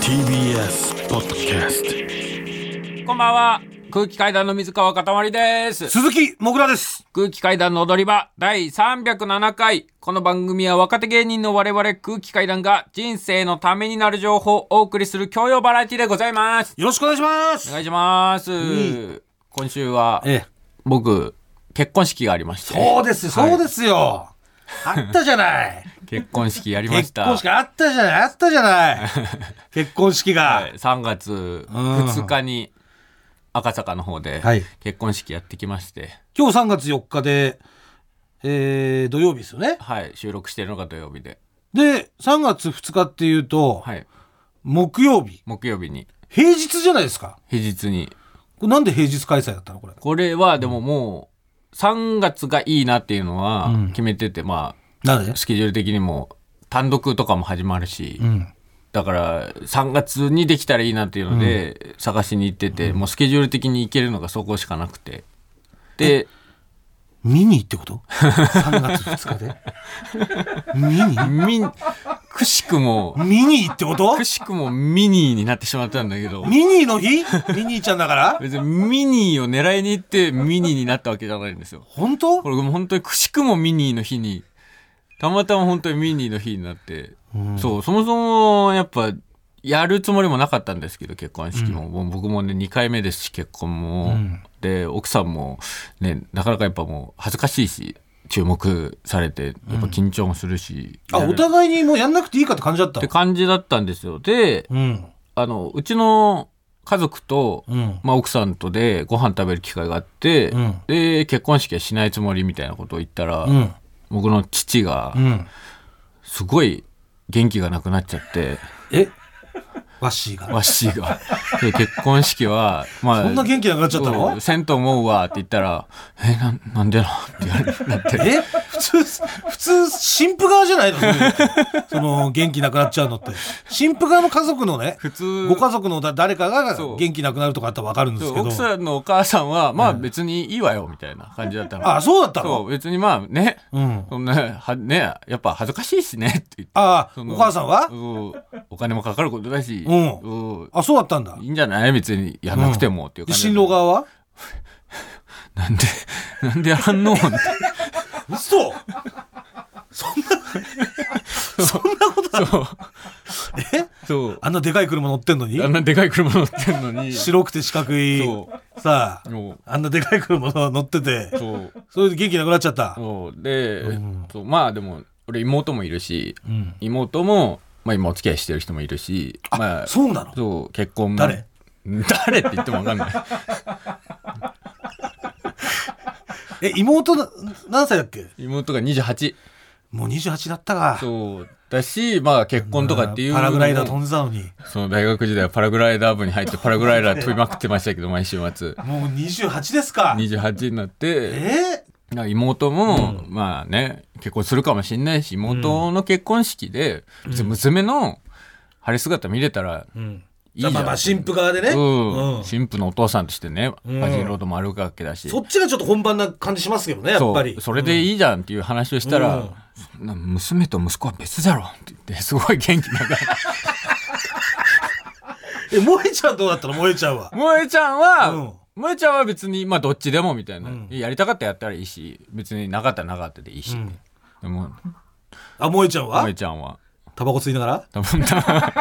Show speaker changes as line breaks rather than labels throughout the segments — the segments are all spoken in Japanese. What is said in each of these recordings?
TBS ポッドキャスト
こんばんは。空気階段の水川かたまりです。
鈴木もぐらです。
空気階段の踊り場第307回。この番組は若手芸人の我々空気階段が人生のためになる情報をお送りする教養バラエティでございます。
よろしくお願いしま
お
す。
願いします。今週は
ええ、
僕、結婚式がありまして。
そうですよ、そうですよ。あったじゃない。
結婚式やりまし
結
た。
婚式あったじゃない、あったじゃない。結婚式が。
3月2日に赤坂の方で
はい
結婚式やってきまして、
今日3月4日で、えー、土曜日ですよね。
はい、収録してるのが土曜日で、
で、3月2日っていうと、
はい、
木曜日。
木曜日に
平日じゃないですか。
平日に
これなんで平日開催だったのこれ。
これはでももう3月がいいなっていうのは決めてて、ま
なんで
あスケジュール的にも単独とかも始まるし、
ん
だから3月にできたらいいなっていうので探しに行ってて、もうスケジュール的に行けるのがそこしかなくてで
見に行ってこと ?3 月2日で。見に
みくしくも
見に行ってこと
くしくもミニーになってしまったんだけど
ミニーの日ミニーちゃんだから
別にミニーを狙いに行ってミニーになったわけじゃないんですよ
本当
これもう本当にくしくもミニーの日にたまたま本当にミニーの日になって、そうそもそもやっぱやるつもりもなかったんですけど結婚式も,、もう僕もね2回目ですし結婚も、で奥さんもねなかなかやっぱもう恥ずかしいし注目されてやっぱ緊張もするし、
あ、
やる
お互いにもうやんなくていいかって感じだった
って。感じだったんですよで
うん。
あのうちの家族と、
うん。
まあ、奥さんとでご飯食べる機会があって、
うん
で結婚式はしないつもりみたいなことを言ったら、
うん。
僕の父が
うん。
すごい元気がなくなっちゃって、
えワッシーが。
わっしーが。で結婚式は、まあ、
そんな元気なくなっちゃった
う
の
んせんと思うわって言ったら、え、なんなんでなって言われなって。
え普通、普通、新婦側じゃないのそういうのその、元気なくなっちゃうのって。新婦側の家族のね、
普通
ご家族のだ誰かが
そう
元気なくなるとかあったらわかるんですけど
奥。さんのお母さんは、まあ別にいいわよみたいな感じだったの。
あ、そうだった
そ
の
う、別にまあね、
うん。
そんな、はね、やっぱ恥ずかしいしねって言って。
あ、
その
お母さんは
うんお金もかかることだし、
うん
うん
あ、そうだったんだ
い。いんじゃない別にやんなくてもっていう
で
感じ。
新郎。側は
なんで、なんでやらんのって。
嘘そんな、そんなことある
そう。
え
そう。
あんなでかい車乗ってんのに
あんなでかい車乗ってんのに。
白くて四角い
そ
さあ
も
あんなでかい車乗ってて
う、そう、
それで元気なくなっちゃった
そう。で、そうまあでも、俺妹もいるし、
ん
妹も、まあ今お付き合いしてる人もいるし、まあ、
そうなの
そう、結婚も。
誰
誰って言ってもわかんない。
え妹な何歳だっけ
妹が28。
もう28だったか
そう。だし、まあ結婚とかっていう。
パラグライダー飛んでたのに
その大学時代はパラグライダー部に入ってパラグライダー飛びまくってましたけど、毎週末。
もう28ですか
28になって、
え
だから妹も、まあね結婚するかもしんないし妹の結婚式で、別に娘の晴れ姿見れたら
ー、うん
いいじゃん、
まあまあ新婦側でね、
うん
うん
新婦のお父さんとしてね
ん
バジルロードも歩くわけだし、
そっちがちょっと本番な感じしますけどねやっぱり
そうそれでいいじゃんっていう話をしたら、
うん
そんな娘と息子は別だろって言ってすごい元気な がら
え萌えちゃんどうだったの萌えちゃんは
萌えちゃんは、
うん
萌えちゃんは別にまあどっちでもみたいな、
ん
やりたかったらやったらいいし別になかったらなかったでいいし、
うん
でも
あ萌えちゃんは
萌えちゃんは
タバコ吸いながら
多分な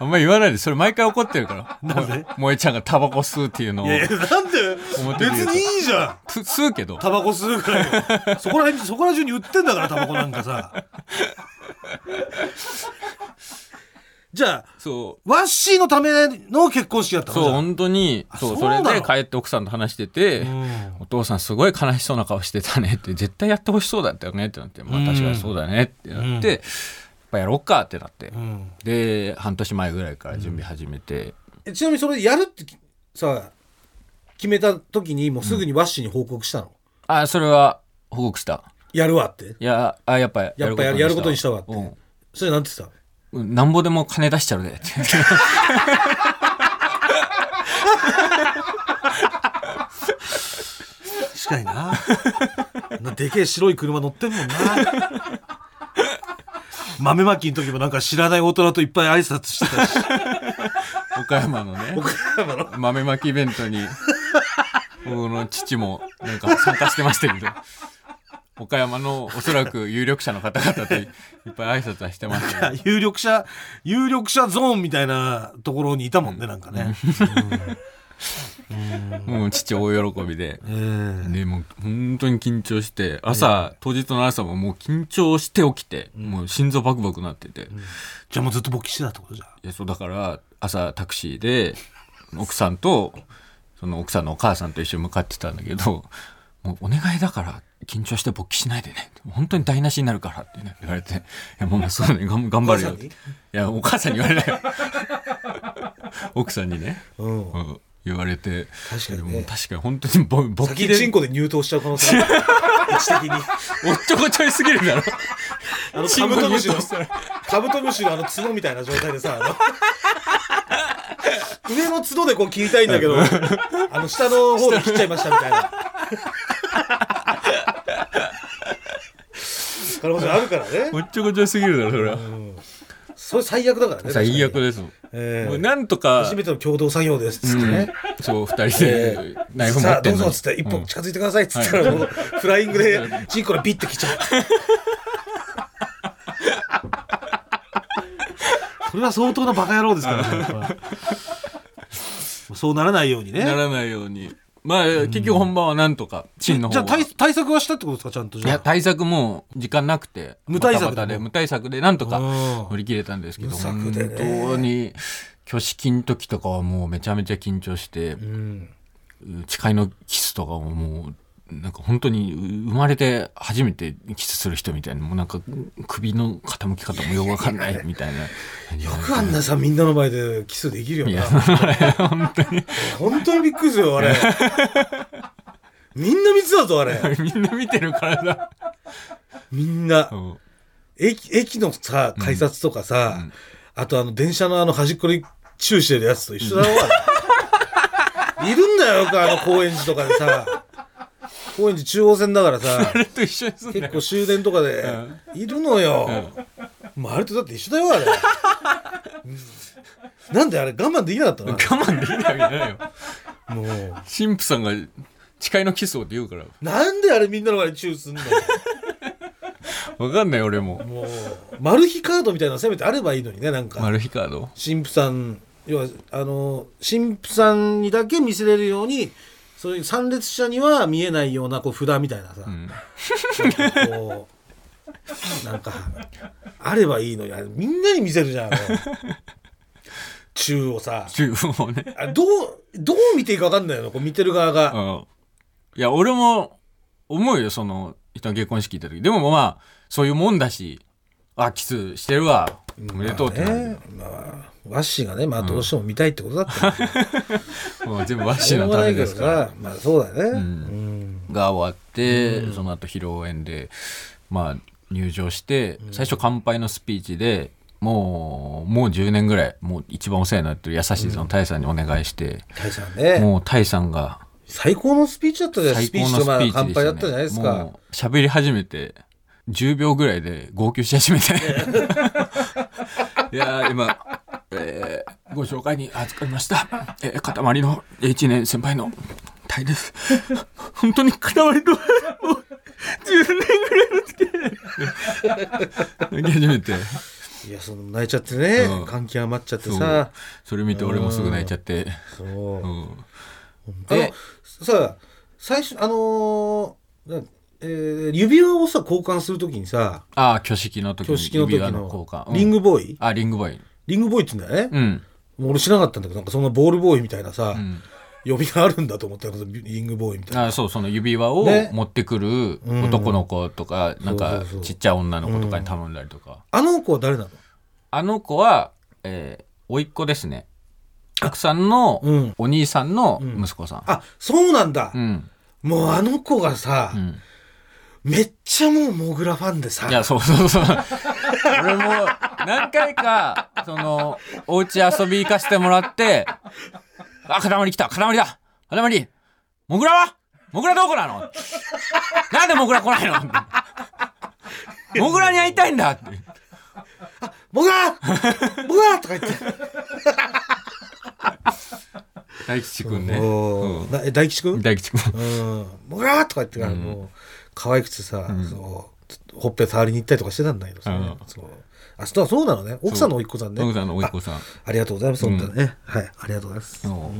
あんま言わないでそれ毎回怒って るから
なんで
萌えちゃんがタバコ吸うっていうのを
いやいやなんで
表
別
に言うと
にいいじゃん
つ吸うけど
タバコ吸うからよそこら辺にそこら中に売ってんだからタバコなんかさじゃあ
そう
ワッシーのための結婚式だったの
そう
じゃあ
本当にそう
そう
そ
な
れ
の
で帰って奥さんと話してて、
ん
お父さんすごい悲しそうな顔してたねって絶対やってほしそうだったよねってなって、まあ、確かにそうだねってなって、やっぱやろうかってなって、
ん
で半年前ぐらいから準備始めて、
えちなみにそれやるってきさ決めた時にもうすぐにワッシーに報告したの、
あそれは報告した
やるわって
いやあやっぱや
やっぱやるやることにしたわって、
うん
それなんて言って
うんなんぼでも金出しちゃうで って言って
た確かにななでけえ白い車乗ってんもんな豆まきの時もなんか知らない大人といっぱい挨拶してた し
岡山のね豆まきイベントに僕の父もなんか参加してましたけど岡山のおそらく有力者の方々といっぱい挨拶はしてましたけど
有力者有力者ゾーンみたいなところにいたもんねなんかね、
もう父大喜びで。
えー
でもう本当に緊張して朝、当日の朝ももう緊張して起きて、もう心臓バクバクなってて、い
じゃあもうずっと勃起してたってことじゃん
やそうだから朝タクシーで奥さんとその奥さんのお母さんと一緒に向かってたんだけど「もうお願いだから緊張して勃起しないでね本当に台無しになるから」って、ね、言われて「いやもうそうねがん頑張るよ」ってい
お母
やお母さんに言われない奥さんにね、
うん
うん言われて
確かにね
でも確かに本当にぼ勃
先
起
に
で
チンコで入党しちゃう可能性ある位置的に
おっちょこちょいすぎるだろ。
あの
チ
カ
ンコ
ブトムシの
入党したら
カブトムシのあの角みたいな状態でさ あの上の角でこう切りたいんだけどあの下の方で切っちゃいましたみたい な可能性あるから
お
ね
っちょこちょいすぎるだろ、それは。
それ最悪だからね
最
確
悪
かに
ですもん。
ええ
もうなんとか
初、めての共同作業ですっつってね、
そう、二人でナイフ持
さあ
って
どうんぞっ
のに。
つって一本近づいてくださいっつったら、もうフライングでチンコでビッてきち ゃうそれは相当なバカ野郎ですからねやっぱそうならないようにね
ならないように。まあ、結局本番はなんとか、チンの方
じゃあ
は
対対策はしたってことですかちゃんと
い
じ
や、
ゃあ
対策もう時間なくて。
無対策で
バタバタで、無対策で、なんとか
うん
乗り切れたんですけど、
無策
本
でね
当に、挙式の時とかはもうめちゃめちゃ緊張して、
うん
誓いのキスとかももうなんか本当に生まれて初めてキスする人みたいなもうなんか首の傾き方もよくわかんないみたいな
よくあんなさみんなの前でキスできるよ
いや
な本当にびっくりするよあ れみんな見てたぞあれ
みんな見てるからだ、
みんな
うん
駅駅のさ改札とかさ、
うん
あとあの電車のあの端っこにチューしてるやつと一緒だろ、う いるんだよよくあの高円寺とかでさ高円寺中央線だからさ
あれと一緒にすんだ
結
よ
構終電とかでいるのよ、もうあれとだって一緒だよあれ、うんなんであれ我慢できなかったの
我慢できないわけないよ
もう
神父さんが誓いのキスをって言うから
なんであれみんなの前でチューすんの
わかんない俺も
もうマル秘カードみたいなのせめてあればいいのにねなんか
マルヒカード
神父さん要はあの神父さんにだけ見せれるようにそういう参列者には見えないようなこう札みたいなさ、こうなんかあればいいのにあれみんなに見せるじゃんあの中をさ
中をね
あれどうどう見ていいか分かんないのこう見てる側が、
うんいや俺も思うよその人の結婚式行った時でもまあそういうもんだしあキスしてるわおめでとうってなるけど
ねまあ、ワッシーがね、まあ、どうしても見たいってことだったけど、
もう全部ワッ
し
シー
ょう
の
が
た
な
め
いけ
で
ど
すから。
さ、まあ、そうだね、
が終わって、その後披露宴で、まあ入場して、最初乾杯のスピーチで、もう、もう10年ぐらい、もう一番お世話になってる優しいそのタイさんにお願いして、
大さんね、
もうタイさんが
最高のスピーチだったじゃない
最
スピー
高
チ
の
と
スピ
まあ
ーチでした、ね。
乾杯だったじゃないですか。
もう喋り始めて、10秒ぐらいで号泣し始めて。 いやー今、えーご紹介に預かりました。えー、塊の1年先輩のタイです。本当に塊と、もう、10年ぐらいの付き合い。泣き始めて。
いや、その泣いちゃってね、
うん
感極まっちゃって
そう
さ、
それ見て俺もすぐ泣いちゃって。
そう
う
あ
ん
の
で、
さ、最初、あのーなえー指輪をさ、交換するときにさ、
ああ、挙式の時
挙
に
式の時
指輪
の
の交換。うん
リングボーイ、
あ、リングボーイ。
リングボーイって言うんだよね。
うん。
もう俺知らなかったんだけど、なんかそんなボールボーイみたいなさ、
ん
呼びがあるんだと思ったけど、リングボーイみたいな。
あそうその指輪を
ね
持ってくる
うん
男の子とか、なん
そう
か
そうそう
ちっちゃい女の子とかに頼んだりとか、
あの子は誰なの
あの子は、えー、甥っ子ですね奥さんの
うん
お兄さんの息子さん
あ、そうなんだ、
うん、うん
もうあの子がさ、めっちゃもうモグラファンでさ
い、やそうそ うそう俺も何回かそのお家遊び行かせてもらって「あ塊来た塊だ塊モグラはモグラどこなの なんでモグラ来ないの?」モグラに会いたいんだ」って。
あ僕だ僕だとか言って
大吉くんね。
おーなえ大吉くん
うん大吉くん。
うん僕だとか言ってからもう可愛くてさ、そうほっぺ触りに行ったりとかしてたんだけどさ、
うん
そうあそうそうなのね奥さんのおいっ子さんね
野口さんのおいっ子さん。
ありがとうございます、本当にねはいありがとうございます、
そ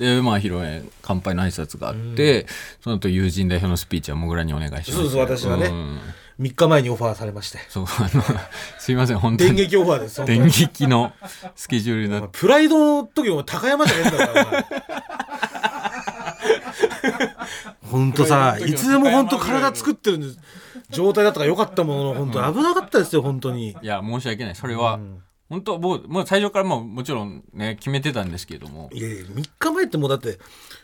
うでまあ披露宴乾杯の挨拶があって、その後友人代表のスピーチはもぐらにお願いしました
そうそう私はね
ん
3日前にオファーされまして
そうあのすいません本 当
電
に
撃オファーです本当に
電撃のスケジュールにな
お前
っ
プライドの時お前高山じゃねえんだからお 前ほんとさいつでも本当体作ってるんです状態だったからよかったものの本当危なかったですよ本当に
いや申し訳ないそれは、本当もうもう最初からもうもちろんね決めてたんですけども
いやいや3日前ってもうだって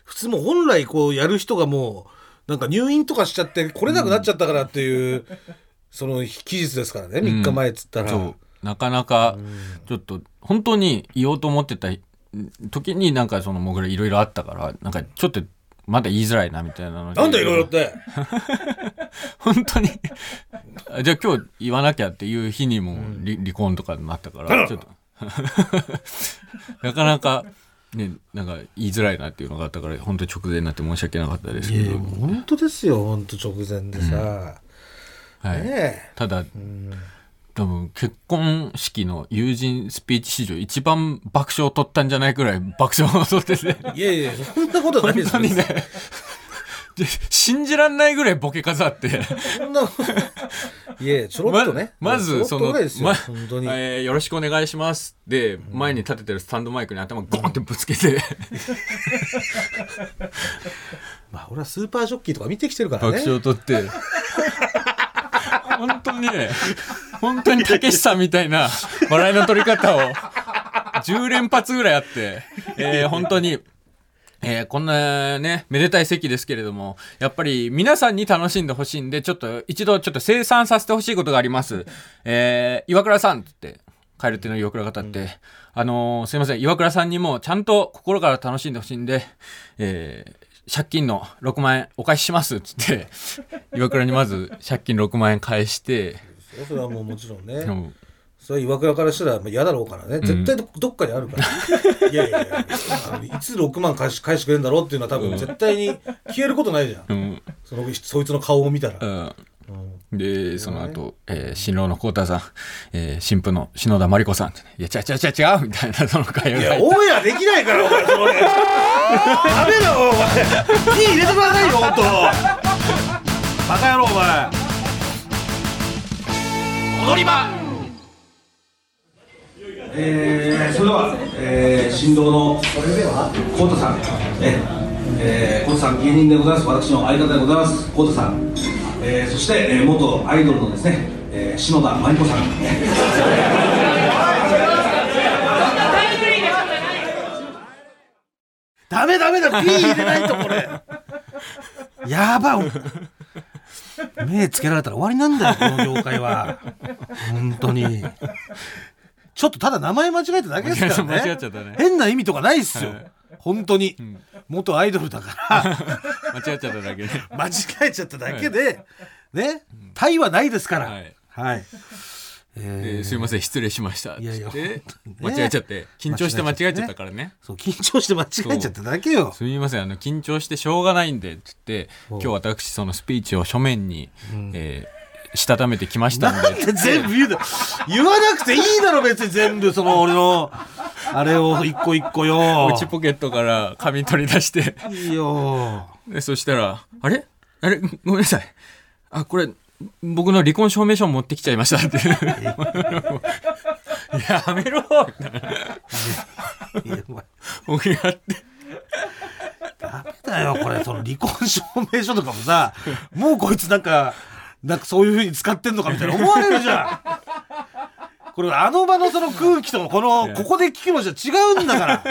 普通もう本来こうやる人がもうなんか入院とかしちゃって来れなくなっちゃったからっていう、その期日ですからね3日前っつったら、
そうなかなかちょっと本当に言おうと思ってた時になんかそのもぐらいろいろあったからなんかちょっとまだ言いづらいなみたいなので
なんだいろいろって
本当にあじゃあ今日言わなきゃっていう日にも離,、離婚とかになったからちょっと なかなかねなんか言いづらいなっていうのがあったから本当直前になって申し訳なかったですけ
いや
ど、
本当ですよ本当直前でさ、
はい、
ねえ
ただ多分結婚式の友人スピーチ史上一番爆笑を取ったんじゃないくらい爆笑を取ってて
いやいやそんなことない
本
です
当 にねで信じらんないぐらいボケ数あって。
そんなこといやいやちょろっとね、
ままず
ちょろ
そ
っとぐ
の、
らいですよ、
ま
本当に、
えーよろしくお願いします」で前に立ててるスタンドマイクに頭ゴンってぶつけて
まあ俺はスーパージョッキーとか見てきてるから
爆
ね
笑を取って 本当にね本当にたけしさんみたいな笑いの取り方を10連発ぐらいあって、えー本当に。えーこんなね、めでたい席ですけれども、やっぱり皆さんに楽しんでほしいんで、ちょっと一度ちょっと清算させてほしいことがあります。えー、岩倉さんって言って、カエルテの岩倉が立って、あのーすいません、岩倉さんにもちゃんと心から楽しんでほしいんで、えー借金の6万円お返ししますっつって、岩倉にまず借金6万円返して、
それはもうもちろん ね
でも
それは岩倉からしたらまあ嫌だろうからね絶対ど,、っかにあるから いやいやいやあのいつ6万返し返してくれるんだろうっていうのは多分絶対に消えることないじゃん、
うん、
そのそいつの顔を見たら、
うん
うん
で、その後、えー新郎の孝太さん、えー新婦の篠田真理子さん、いや、ちゃちゃちゃちゃみたいな、その会話
い
が
やオンエアできないからお前それダメだよお前ピー入れてくださいよ本当バカ野郎お前
踊り場
えーそれでは、えー、新郎のコウタさん、ええー、コウタさん芸人でございます。私の相方でございます。コウタさん、えーそして、えー元アイドルのですね、えー篠田真理子さん。
ダメダメだピー入れないとこれやばい目つけられたら終わりなんだよこの業界は本当にちょっとただ名前間違えただけですからね
間違えちゃったね
変な意味とかないっすよ、
はい
本当に、元アイドルだか
間違っちゃった だけで。
ら間違えちゃっただけで、ねタイはないですから
は
はいい、
え
えー
ーすいません、失礼しました。
いやいや
つって
本当にね
間違えちゃって、緊張して間違えちゃったからね。
そう緊張して間違えちゃっただけよ
すみません、あの、緊張してしょうがないんで、つって、今日私、そのスピーチを書面に、えーしたためてきましたん
なん
で、
で全部言うの言わなくていいだろ別に全部その俺のあれを一個一個よ
内ポケットから紙取り出して、
いいよ
でそしたら「あれあれごめんなさいあこれ僕の離婚証明書持ってきちゃいました」って「やめろ!」みたいない
やお前
僕やって
だよこれその離婚証明書とかもさ もうこいつなんかなんかそういうふうに使ってんのかみたいな思われるじゃんこれあの場のその空気とこのここで聞くのじゃ違うんだから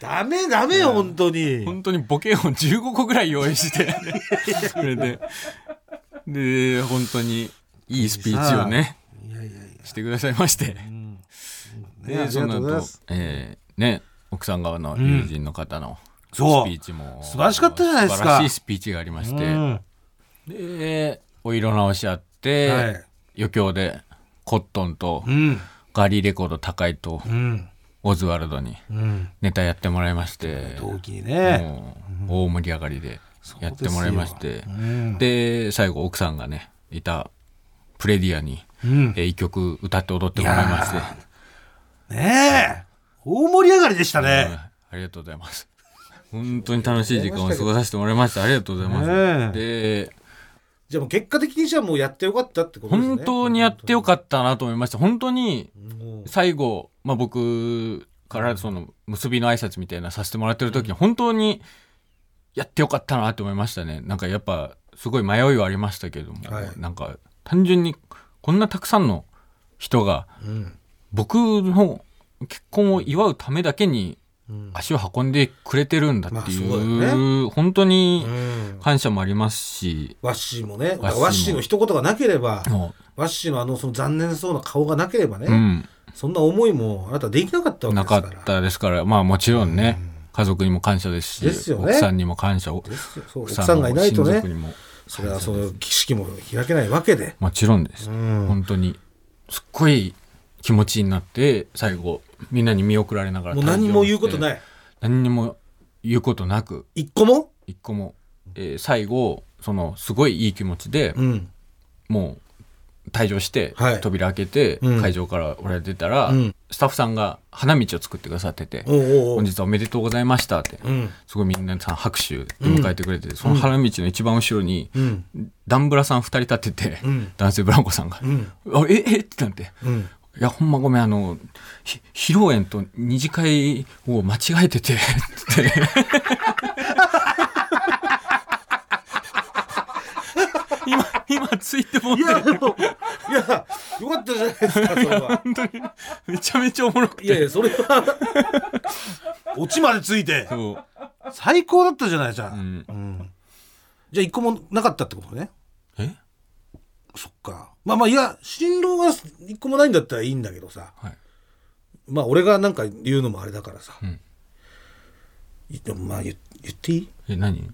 ダメダメよ本当に
本当にボケを15個ぐらい用意してそれでで本当にいいスピーチをね
いやいやいや
してくださいまして、
ねあ
で
り
そ
がとうござい
の
ま
後
す、
えーね奥さん側の友人の方のスピ
そう
ーチも、
素晴らしかったじゃないですか
素晴らしいスピーチがありまして、
うん
でお色直しあって、
はい
余興でコットンと
うん
ガリレコード高井と
うん
オズワルドに
うん
ネタやってもらいまして
同期にね
もう大盛り上がりでやってもらいまして
ううん
で最後奥さんがねいたプレディアに
うん
えー一曲歌って踊ってもらいまして、
ねえ大盛り上がりでした
うん
ね
ありがとうございます本当に楽しい時間を過ごさせてもらいましたありがとうございます、
ね
で
じゃあもう結果的にじゃあもうやってよかったってことですね
本当にやってよかったなと思いました本当に
もう
最後、まあ、僕からその結びの挨拶みたいなさせてもらってる時に本当にやってよかったなって思いましたねなんかやっぱすごい迷いはありましたけども、
はい
なんか単純にこんなたくさんの人が
うん
僕の結婚を祝うためだけに
うん
足を運んでくれてるんだっていう,、
まあそうだ
本当に
うん
感謝もありますし、
ワッシーもねだ
も
からワッシーの一言がなければ
も
ワッシーのあのその残念そうな顔がなければね、
ううん、
そんな思いもあなたできなかったわけで
な
すか
からったですからまあもちろんね、家族にも感謝ですし
ですよね
奥さんにも感謝を
ですよそう奥さんがいないと
親
ね
族にも
それはその儀式も開けないわけで、
もちろんです、
うん
本当にすっごい気持ちになって最後みんなに見送られながら
もう何も言うこと
い
ない
何にも言うことなく
一個も、
一個も、えー最後そのすごいいい気持ちで、
うん、
もう退場して、
はい
扉開けて、
うん
会場から俺ら出たら、
うん
スタッフさんが花道を作ってくださってて
おうおうお
本
う
日はおめでとうございましたって、
うん
すごいみんなさん拍手で迎えてくれて、その花道の一番後ろに、
うん
ダンブラさん2人立ってて、
うん
男性ブランコさんが「
うん
あええっ?」てなって
うん
「いやほんまごめんあのひ披露宴と二次会を間違えてて」って 今今ついてもっ
い
て
やでもいやよかったじゃないですかそれは
本当にめちゃめちゃおもろくて
いやいやそれ はオチまでついて
そう
最高だったじゃないじゃ、
うんん
うんじゃあ一個もなかったってことね
え
そっかまあまあいや新郎が一個もないんだったらいいんだけどさ
はい
まあ俺がなんか言うのもあれだからさ、
ん
いでもまあ言言っていい
え何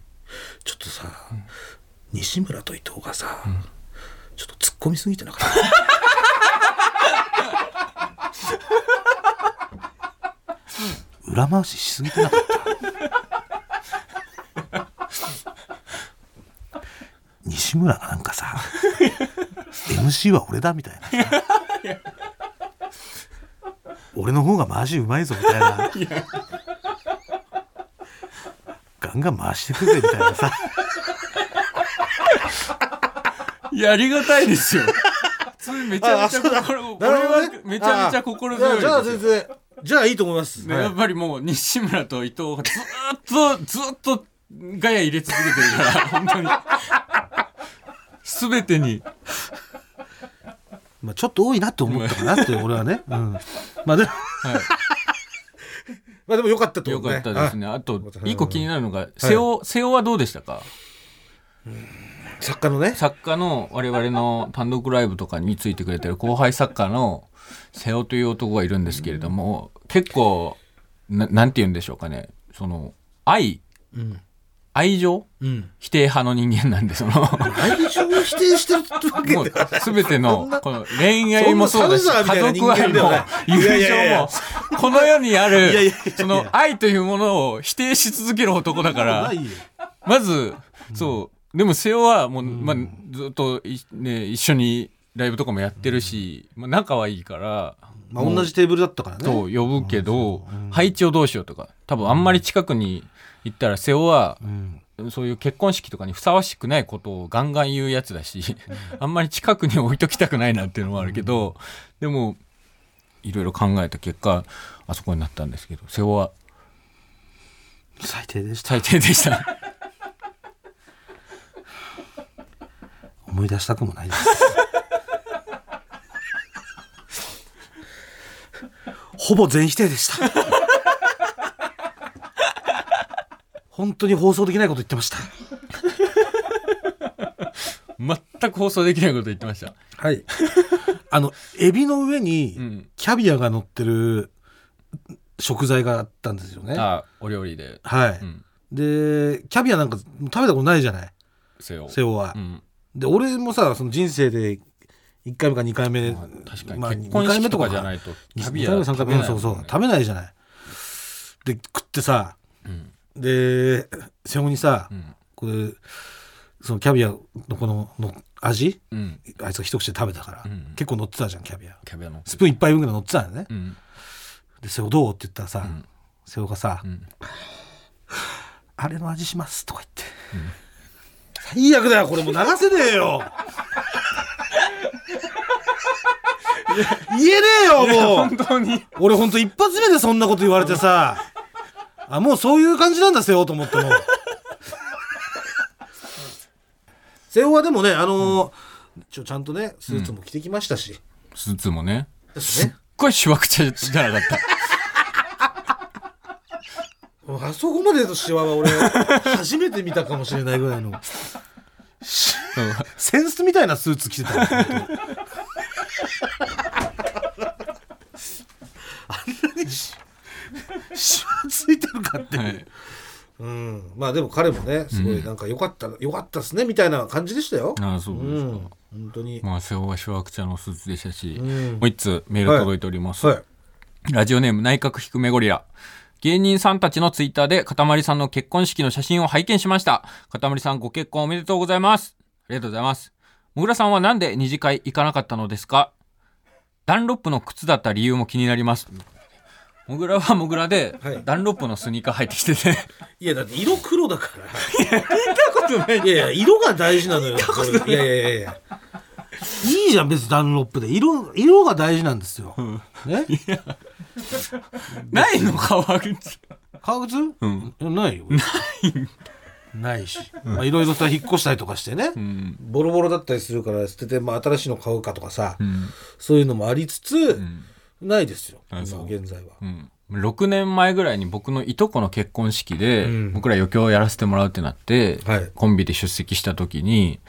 ちょっとさ、西村と伊藤がさ、ちょっと突っ込みすぎてなかった裏回ししすぎてなかった西村がなんかさ MC は俺だみたいなさ俺の方が回しうまいぞみたいなガンガン回してくぜみたいなさ
いやありがたいです よそれめちゃめちゃ
あ
心こ
な
れ
るほど
は
ね
めちゃめちゃ心
あ
強い
あじゃあ全
ですよ
然じゃあいいと思います、
ね
はい
やっぱりもう西村と伊藤がずーっとずーっとガヤ入れ続けてるから 本当に全てに
まあ、ちょっと多いなって思ったかなって俺はね、うん、まあでも、まあでもよかったと
良
思う
かったですねあと一個気になるのが
い
瀬尾瀬尾はどうでしたか
あ作家のね
作家の我々の単独ライブとかについてくれてる後輩作家の瀬尾という男がいるんですけれども結構ななんて言うんでしょうかねその愛
うん
愛情
うん
否定派の人間なんでその。
愛情を否定してるってわけ
もう
ではない
全てのこの恋愛もそうだし
そんなサウザーみたいな人間
家族愛
では
も
ない
友
いやいやい
情
や
もこの世にあ
いやいやい
る
やいや
その愛というものを否定し続ける男だから
ないよ
まずそうでも瀬尾はもうまあずっといね一緒にライブとかもやってるしまあ仲はいいから
まあ同じテーブルだったからね
と呼ぶけど配置をどうしようとか多分あんまり近くに行ったら瀬尾は
うん
そういう結婚式とかにふさわしくないことをガンガン言うやつだし、あんまり近くに置いときたくないなっていうのもあるけど、でも、いろいろ考えた結果、あそこになったんですけど、瀬尾は
最低でした
最低 でした。
思い出したくもないですほぼ全否定でした本当に放送できないこと言ってました
全く放送できないこと言ってました。
はい。あの、エビの上
う
に
ん、
キャビアが乗ってる食材があったんですよね。は
あお料理で、
い、
うん、
で、キャビアなんか食べたことないじゃない、
瀬尾。
瀬尾は
う。ん。
で、俺もさ、その人生で1回目か2回目、
確かに、
まあ
結婚
2回
式
目
と
と
か
か
じ
じ
ゃ
ゃ
な
ないい
と
2
旅
回
ビア
目3回目
食べない
そうそう食べないじゃないで食ってさ、で瀬尾にさ、
ん
これそのキャビアのこのの味
うん
あいつが一口で食べたから、
うん
結構乗ってたじゃんキャビア
キャビアの
スプーン一杯分ぐらい乗ってたんだよね、
うん
で瀬尾どうって言ったらさ、
ん
瀬尾がさ、
ん
あれの味しますとか言って、最悪だよこれもう流せねえ よ言えねえよもう
本当 に
俺ほんと一発目でそんなこと言われてさあもうそういう感じなんだ瀬尾と思ってもう 瀬尾はでもねあのーちょちゃんとねスーツも着てきましたし、
スーツもね
ですね
すっごいしわくちゃじゃなかった
あそこまでのシワは俺 初めて見たかもしれないぐらいの
そう
センスみたいなスーツ着てたの本当にあんなにしシワついてるかっていう、
はい
うん、まあでも彼もねすごいなんか良かった、良かったっすねみたいな感じでしたよ、
ああそううです
ん、
か、
本当に、
まあ瀬尾はしわくちゃのスーツでしたし、
ん
もう一通メール届いております、
はい
ラジオネーム内閣低めゴリラ。芸人さんたちのツイッターで、かたまりさんの結婚式の写真を拝見しました。かたまりさんご結婚おめでとうございます。ありがとうございます。もぐらさんはなんで二次会行かなかったのですかダンロップの靴だった理由も気になります。もぐらはもぐらで、
はい
ダンロップのスニーカー入ってきてて、
いやだって色黒だからいや聞いたことないいやいや色が大事なのよいやいやいやいやいいじゃん別にダンロップで色色が大事なんですよ、ね
ないの革靴。
革靴、
ん
いやないよないないしまあいろいろさ引っ越したりとかしてね、
ん
ボロボロだったりするから捨てて、まあ、新しいの買うかとかさ、
うん。
そういうのもありつつ、ないですよ今
あそう
現在は、
うん、6年前ぐらいに僕のいとこの結婚式で、
うん
僕ら余興をやらせてもらうってなって、
はい
コンビで出席した時に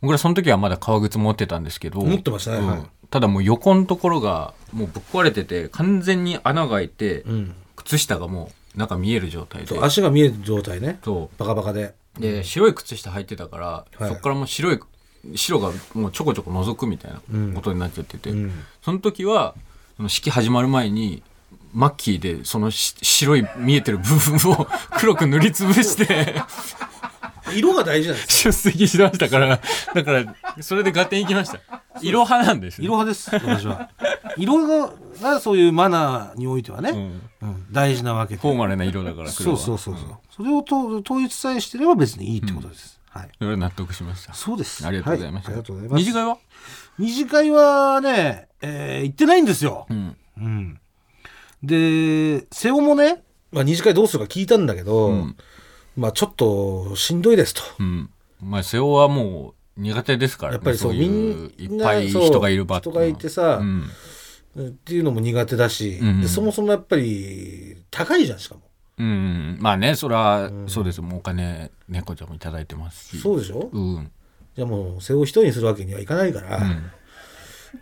僕らその時はまだ革靴持ってたんですけど
持ってましたね
うん
はい
ただもう横のところがもうぶっ壊れてて完全に穴が開いて、
うん、
靴下がもう中見える状態で
と足が見える状態ね
そ
バカバカで
うで白い靴下履いてたから、
はい
そこからもう白い白がもうちょこちょこ覗くみたいなことになっちゃってて、
うん
その時は、その式始まる前に、マッキーで、そのし白い見えてる部分を 黒く塗りつぶして、
色が大事なんです
出席しましたから、だから、それで合点行きました。色派なんです
い
ね。
ろはです私はいろががそういうマナーにおいては
う
ね、
ん
うん大事なわけで
フォーマルな色だから、
そう
黒は。
そうそうそう、それをと統一さえしてれば別にいいってことです、はい
それは納得しました。
そうです
ありがとうございました。
はありがとうございます
二次会は
二次会はね、えー行ってないんですよ
う、ん。
うんで瀬尾もね、まあ、二次会どうするか聞いたんだけど、
うん
まあちょっとしんどいですと
うん。まあ、瀬尾はもう苦手ですからね、
やっぱりそう
い
み
い
ん
っ
な
ぱい人がいる場
そう人がいてさ
うん。
っていうのも苦手だし、
うん
でそもそもやっぱり高いじゃんしかも
うん。まあね、それは、そうです。もうお金、猫ちゃんもいただいてますし。
そうでしょ
うん。
じゃあもう瀬尾一人にするわけにはいかないから、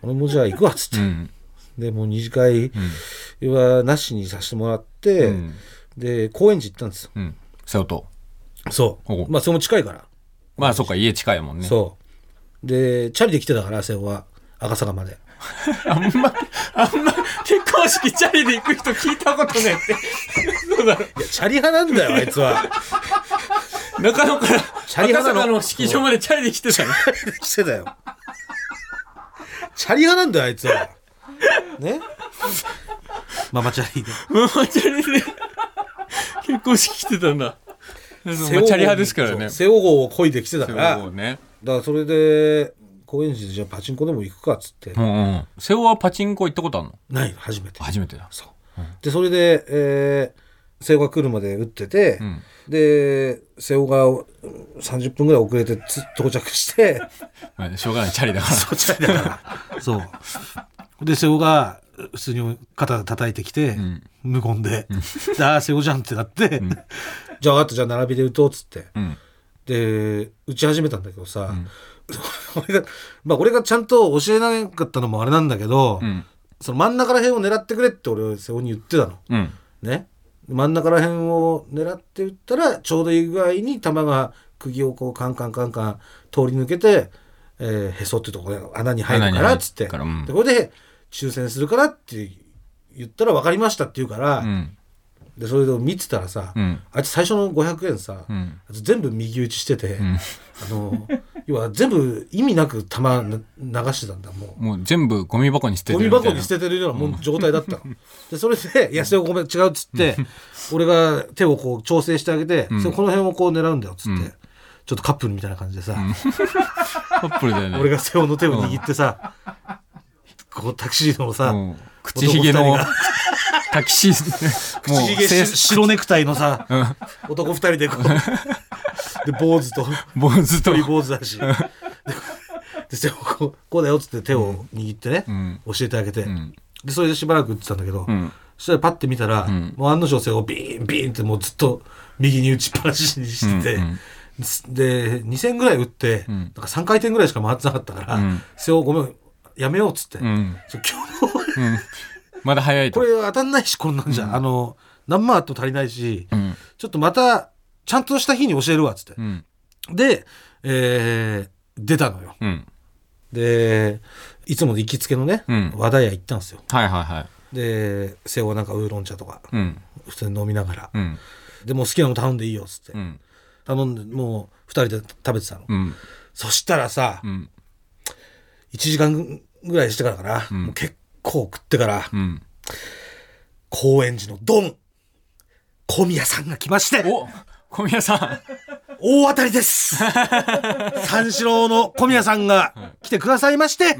俺もじゃあ行くわっつって、
うん。
でもう二次会はなしにさせてもらって、
うん
で高円寺行ったんですよ
うん。瀬尾と。
そ
ほう
うまあそれも近いから、
まあ、そっか、家近いもんね。
そうでチャリで来てたから瀬尾は赤坂まで
あんま、あんま、結婚式チャリで行く人聞いたことねえって。そうだろ。
いやチャリ派なんだよあいつは
中野から、
チャリ
赤
派なの
坂の式場までチャリで来てたの。
してたよチャリ派なんだよあいつはねママチャリで
ママチャリで、結婚式来てた んだ。まあチャリ派ですから
そ
ね。
う背尾号を漕いで来てた
瀬
から
尾ね。
だからそれで高円寺でじゃあパチンコでも行くかっつって、
うんうん。瀬尾はパチンコ行ったことあるの
ないの初めて
初めてだ。
そう、でそれで、えー、瀬尾が来るまで打ってて、
ん
で瀬尾がうん30分ぐらい遅れてつ到着して
まあしょうがない、チャリだから。
こっちだからそうで瀬尾が普通に肩叩いてきて、
ん
無言で「ああ瀬尾じゃん」ってなって「じゃあ分かったじゃあ並びで打とう」っつって、
うん。
で打ち始めたんだけどさ、 俺がまあ俺がちゃんと教えなかったのもあれなんだけど、
ん
その真ん中ら辺を狙ってくれって俺は瀬尾に言ってたの
うん。
ね真ん中ら辺を狙って打ったらちょうどいい具合に球が釘をこうカンカンカンカン通り抜けて、ええーへそってとこが穴に入るか
穴に入
ら
る
っつって
からうん
でこれで抽選するからって言ったら分かりましたって言うから、
うん
でそれで見てたらさ、
うん
あいつ最初の500円さ、
うん
あいつ全部右打ちしてて、
ん
あの要は全部意味なく球な流してたんだもう。
もう全部ゴミ箱に捨てて
ゴミ
るみたいな
箱に捨ててるようなもん状態だったの。で、それで、いや、それごめん、違うっつって、俺が手をこう調整してあげて、それこの辺をこう狙うんだよっつって、ちょっとカップルみたいな感じでさ、
カップルだよね
俺が背負の手を握ってさ、こうタクシードのさ、
もう口ひげの
男二人が
タキシー ド
口ひげ
せい
し白ネクタイのさ、男二人でこう、で、坊主と、
坊主と
鳥坊主だし。でで背をこうこうだよっつって手を握ってね、
ん
教えてあげて、
ん
でそれでしばらく打ってたんだけど、
うん
そしたらパッて見たら、
ん
もう案の定背をビーンビーンってもうずっと右に打ちっぱなしにしてて、
うんうん
で2000ぐらい打って、
ん
なんか3回転ぐらいしか回ってなかったから、
うん
背をごめんやめようっつって、
うん
そう今日も
まだ早いと
これ当たんないしこんなんじゃ、あの何万あっても足りないし、
うん
ちょっとまたちゃんとした日に教えるわっつって
う、ん
で、えー出たのよ
うん
でいつもの行きつけのね、
うん
和田屋行ったんですよ
はいはいはい
で瀬尾なんかウーロン茶とか
うん
普通に飲みながら、
うん
でもう好きなの頼んでいいよっつって、
うん
頼んでもう2人で食べてたの、
うん
そしたらさ、
うん
1時間ぐらいしてからかな、もう結構食ってから、
うん
高円寺のドン小宮さんが来まして
お小宮さん
大当たりです 三四郎の小宮さんが来てくださいまして、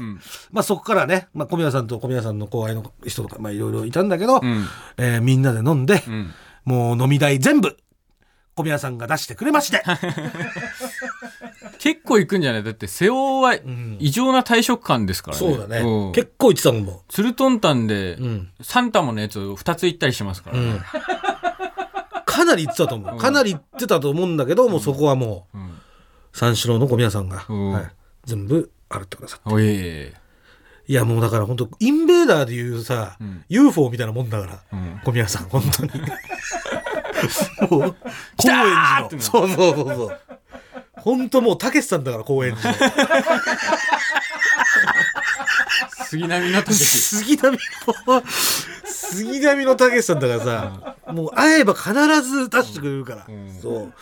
まあ、そこからね、まあ、小宮さんと小宮さんの後輩の人とかまあいろいろいたんだけど、
ん
えーみんなで飲んで、
ん
もう飲み代全部小宮さんが出してくれまして
結構行くんじゃないだって瀬尾は異常な退職感ですからね、
そうだね、
ん
結構言ってたもんもう
ツルトンタンで
ん
3玉のやつを2つ行ったりしますからね、
かなり言ってたと思う。かなり言ってたと思うんだけど、もうそこはもう、
ん
三四郎の小宮さんが、
うん
はい全部払ってくださっ
おいえいえ
た。いや、もうだから本当インベーダーでいうさ、UFO みたいなもんだから、小宮さん、本当に。もう、高円寺の。そうそうそうそう。本当もう、たけしさんだから、高円寺の。
杉並の時
杉並の、杉並のたけしさんだからさ、もう会えば必ず出してくれるから。そう。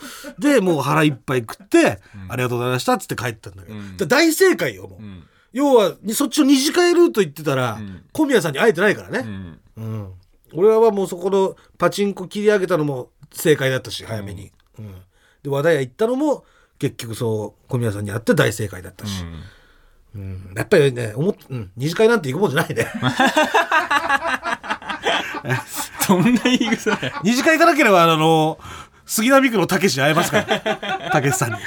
で、もう腹いっぱい食って、ありがとうございましたっつって帰ったんだけど。だ大正解よ、もう。
ん
要は、にそっちの二次会ルート行ってたら、小宮さんに会えてないから
う
ね。
ん
うん。俺はもうそこのパチンコ切り上げたのも正解だったし、早めに。うん。で、和田屋行ったのも、結局そう、小宮さんに会って大正解だったし。うんやっぱりね、思っうん、二次会なんて行くもんじゃないね。
そんな言い草だよ
二次会行かなければ、あの、杉並区のたけしに会えますから、 たけしさんに。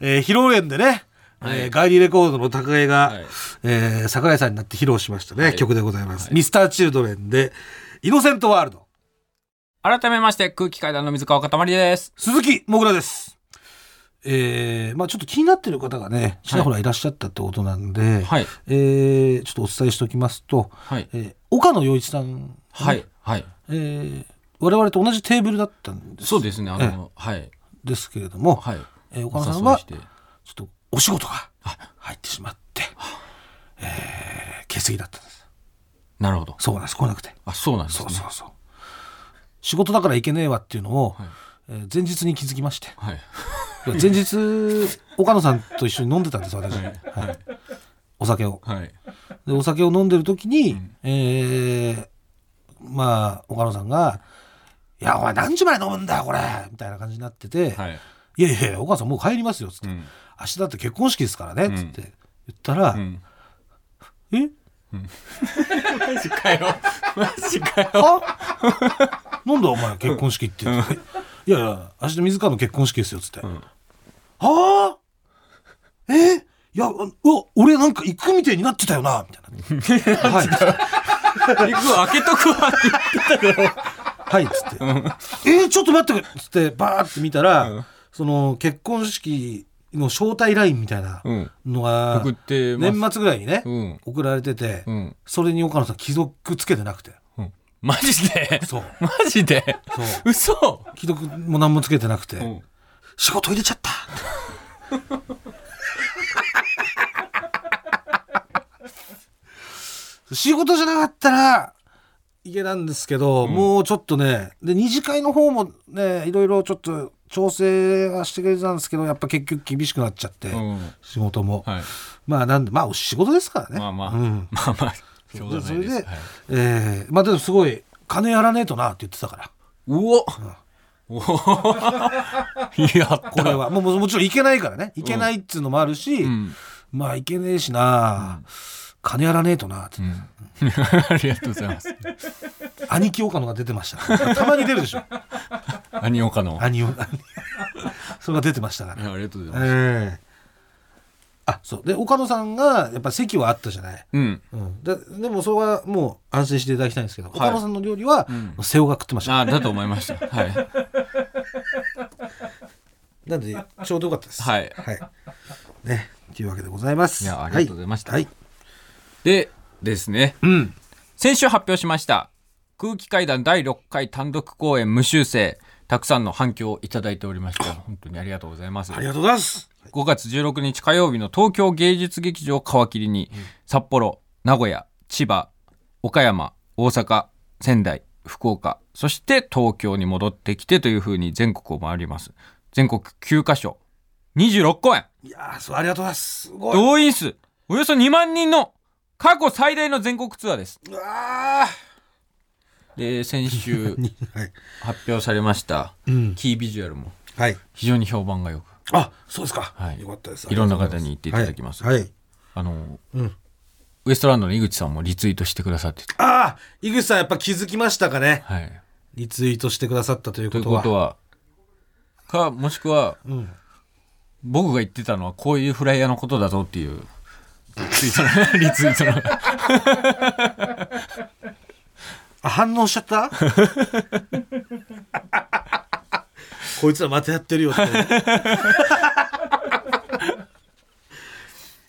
えー披露宴でね、えーガイリーレコードの高江が、
はい
えー桜井さんになって披露しましたね、曲でございます。ミスターチルドレンで、イノセントワールド、
改めまして空気階段の水川かたまりです
鈴木もぐらです。えーまあちょっと気になってる方がね、ちらほらいらっしゃったってことなんで、
はい
えーちょっとお伝えしておきますと、
はい
えー岡野陽一さん、
はいはい
えー我々と同じテーブルだったんです
そうですねあのはい
ですけれども、
はい
えー
お
岡野さん
誘い
は
し
ち
て
ょっとお仕事が入ってしまって、えー欠席だったんです
なるほど
そうなんです来なくて
あそうなんです
そ
ね
うそうそう仕事だから行けねえわっていうのを、
い
えー前日に気づきまして
はい
前日 岡野さんと一緒に飲んでたんです私、はいお酒を
はい
でお酒を飲んでる時に、えーまあ岡野さんが「いやお前何時まで飲むんだよこれ」みたいな感じになってて、
はい
いやいやいや、お母さんもう帰りますよ、つって、
ん
明日だって結婚式ですからね、つって、言ったら、
ん
え
マジかよマジかよ
あ なんだお前結婚式って言って、いやいや、明日水川の結婚式ですよ、つって。はあえいや、あうわ、俺なんか行くみたいになってたよな、みた いな。はい、
肉開けとくわって
はい、つって。えーちょっと待ってくれ、つって、バーって見たら、その結婚式の招待ラインみたいな
うん
のが、
送ってます
年末ぐらいにね、
うん
送られてて、
ん
それに岡野さん既読つけてなくて
うんマジで
そう
マジで
そう
嘘
既読も何もつけてなくて、
ん
仕事入れちゃった
仕事じゃなかったらいけなんですけど、もうちょっとねで二次会の方もねいろいろちょっと調整はしてくれてたんですけどやっぱ結局厳しくなっちゃって、
うん
仕事も、
はい
まあなんでまあ仕事ですからね
まあまあ、
うん
まあまあしょう
で
が
そ
な
れ
いです、
で、
はい、
えーまあでもすごい金やらねえとなって言ってたから
うお、おおやった
こ れはもうももちろんいけないからねいけないっつうのもあるし、
うん
まあいけねえしな、金やらねえとなって、
うんありがとうございます。
兄貴岡野が出てましたからたまに出るでしょ
兄岡の。
兄岡野それが出てましたから
いやありがとうございます。
ええあそうで岡野さんがやっぱ席はあったじゃない、
うん。
うん、ででもそれはもう安心していただきたいんですけど、岡野さんの料理は、瀬尾が食ってました
あだと思いました。はい。
なんでちょうどよかったです
はい
はいねというわけでございます
いやありがとうございました
はい、はい
でですね、
うん
先週発表しました空気階段第6回単独公演無修正、たくさんの反響をいただいておりまして、本当にありがとうございます。
ありがとうございます
5月16日火曜日の東京芸術劇場を皮切りに、札幌名古屋千葉岡山大阪仙台福岡そして東京に戻ってきてというふうに全国を回ります全国9カ所26公演
いやーそうありがとうございますすごい
動員数およそ2万人の過去最大の全国ツアーです
うわ
で先 週
ーはい
発表されました
うん
キービジュアルも
はい
非常に評判がよく
あそうですか、
はい
よかったです
いろんな方に言っていただきます
はい、はい
あの、
うん
ウエストランドの井口さんもリツイートしてくださってて
ああ井口さんやっぱ気づきましたかね
はい
リツイートしてくださったという
とい
こ
う
と
こ
は
とはかもしくは、
ん
僕が言ってたのはこういうフライヤーのことだぞっていうツイートのリツイートの
あ反応しちゃったこいつらまたやってるよって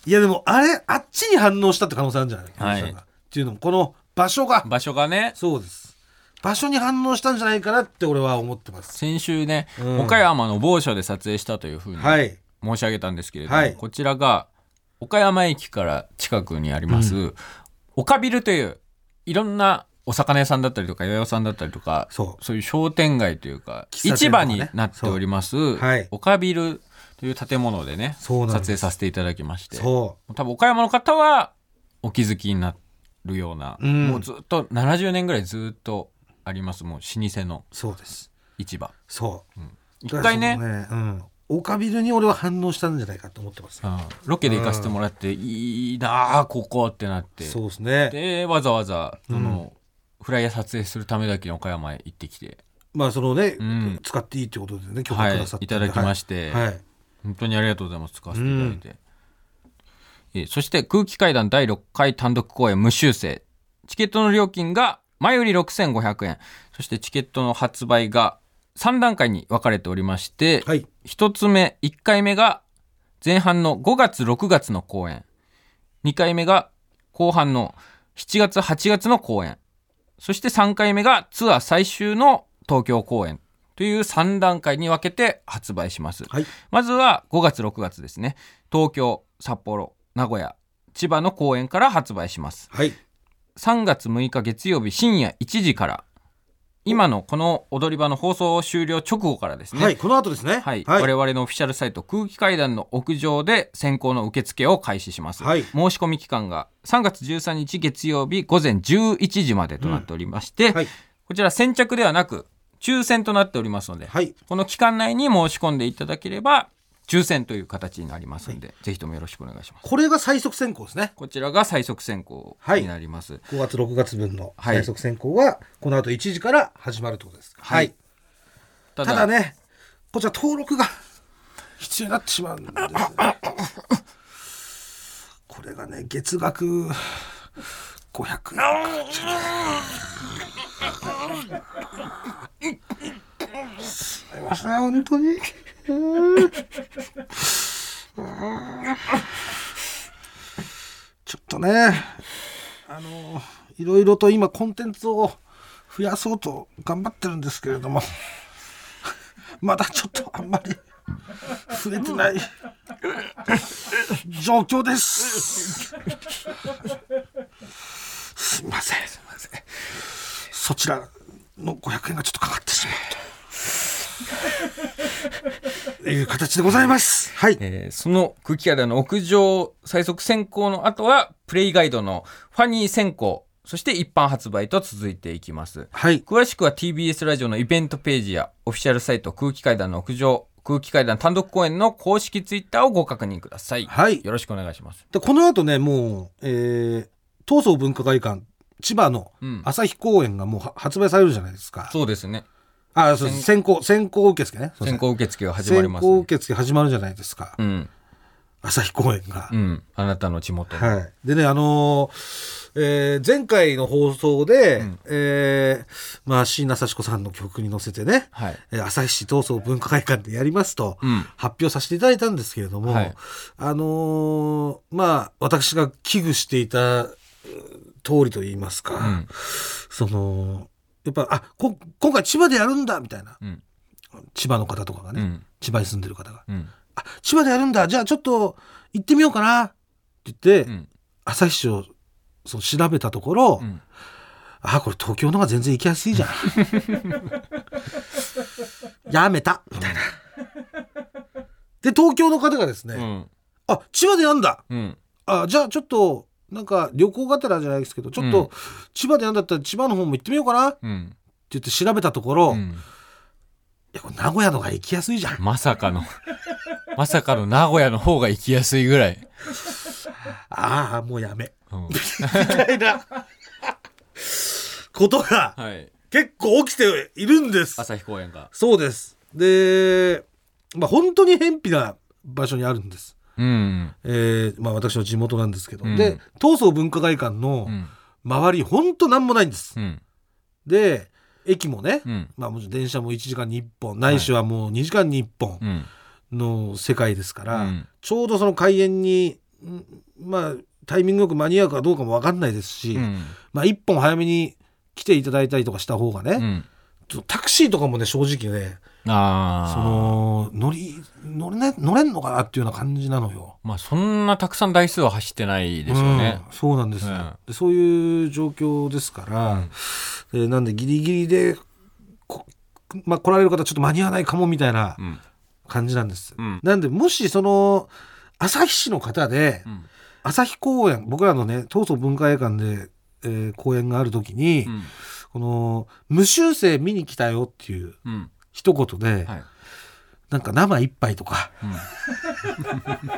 いやでもあれあっちに反応したって可能性あるんじゃな
はい
い井口さんがっていうのもこの場所が
場所がね
そうです場所に反応したんじゃないかなって俺は思ってます
先週ね、
うん
岡山の某所で撮影したというふうに
はい
申し上げたんですけれども、
はい
こちらが岡山駅から近くにあります、岡ビルといういろんなお魚屋さんだったりとか八百屋さんだったりとか
そう
いう商店街というか、
喫茶
市
店と
場
かね
になっております、
はい
岡ビルという建物でね
そうなんです
撮影させていただきまして
そ
多分岡山の方はお気づきになるような、
ん
もうずっと70年ぐらいずっとありますもう老舗の
うそうです
市場
そう
一回ね
だからそのねうん、オカビルに俺は反応したんじゃないかと思ってます
うんロケで行かせてもらって、いいなあここってなって
そうですね
でわざわざその、フライヤー撮影するためだけに岡山へ行ってきて、
まあそのね、
ん
使っていいってことでね許可
は
く
い
ださっ、て
いただきまして、
はい、はい
本当にありがとうございます使わせていただいて、えーそして空気階段第6回単独公演無修正チケットの料金が前より6500円そしてチケットの発売が3段階に分かれておりまして、
はい
1つ目1回目が前半の5月6月の公演2回目が後半の7月8月の公演そして3回目がツアー最終の東京公演という3段階に分けて発売します、
はい
まずは5月6月ですね東京札幌名古屋千葉の公演から発売します
はい
3月6日月曜日深夜1時から今のこの踊り場の放送終了直後からですね、
はいこの後ですね
はい、
はい、
我々のオフィシャルサイト空気階段の屋上で先行の受付を開始します、
はい
申し込み期間が3月13日月曜日午前11時までとなっておりまして、
はい
こちら先着ではなく抽選となっておりますので、
はい
この期間内に申し込んでいただければ抽選という形になりますので、ぜひともよろしくお願いします
これが最速選考ですね
こちらが最速選考になります、
5月6月分の
はい
最速選考はこの後1時から始まるってことです
はい
た
た
だねこちら登録が必要になってしまうんですよこれがね月額500円すいません本当に ちょっとねあのいろいろと今コンテンツを増やそうと頑張ってるんですけれども まだちょっとあんまり増えてない状況です。すみません。そちらの500円がちょっとかかってしまうと。いう形でございます。はい。
えーその空気階段の屋上最速選考の後はプレイガイドのファニー選考そして一般発売と続いていきます
はい。
詳しくは TBS ラジオのイベントページやオフィシャルサイト空気階段の屋上空気階段単独公演の公式ツイッターをご確認ください、
はい
よろしくお願いします
で、この後ね、もう、えー、東総文化会館、千葉の
うん
朝日公演がもうは発売されるじゃないですか。
そうですね
あ、そうです先行、先行受付ね。そうで
先
すね
行受付が始まり
先
ます、
行
ね、
受付始まるじゃないですか。
うん
朝日公演が
う。んあなたの地元、
はい。
でね、あのーえー前回の放送で、えーまあ、椎名幸子さんの曲に乗せてね、
はい
えー旭市闘争文化会館でやりますと
うん
発表させていただいたんですけれども、
はい
あのーまあ、私が危惧していたう通りといいますか、
うん
その、やっぱ、あ、こ、今回千葉でやるんだみたいな、
うん
千葉の方とかが
う
ね、
ん
千葉に住んでる方が、
うん
あ、千葉でやるんだじゃあちょっと行ってみようかなって言って、
うん
朝日市をそう調べたところ、
うん
あこれ東京の方が全然行きやすいじゃ んやめたみたいなで東京の方がですね、
うん
あ千葉でやんだ
うん
あじゃあちょっとなんか旅行がてらじゃないですけどちょっ
うん
と千葉でやんだったら千葉の方も行ってみようかなって
うん
言って調べたところ、
う
い
ん
やこれ名古屋の方が行きやすいじゃん
まさ かの、まさかの名古屋の方が行きやすいぐらい。
ああもうやめ
うん
みたいなことが
はい。
結構起きているんです
朝日公演が。
そうです。で、まあ、本当に偏僻な場所にあるんです。
うん
えーまあ、私の地元なんですけど、
うん
で東総文化会館の
うん
周り本当なんもないんです。
うん
で駅もね、
うん
まあ、もちろん電車も1時間に1本ないしはもう2時間に1本
うん
の世界ですから、
うん
ちょうどその開園に、んまあ、タイミングよく間に合うかどうかも分かんないですし、
うん
まあ、1本早めに来ていただいたりとかした方がね、
うん
ちょっとタクシーとかもね正直ね
ああ
その乗り乗れね乗れんのかなっていうような感じなのよ。
まあそんなたくさん台数は走ってないですよね。
うんそうなんです
う
よ、
ん
でそういう状況ですから、えーなんでギリギリでこ、まあ、来られる方ちょっと間に合わないかもみたいな
うん
感じなんです。
うん
なんでもしその旭市の方で、
ん
朝日公園僕らのね東総文化会館で、えー公演がある時に、
うん
この「無修正見に来たよ」っていう
うん
一言で、
はい
なんか生一杯とか、例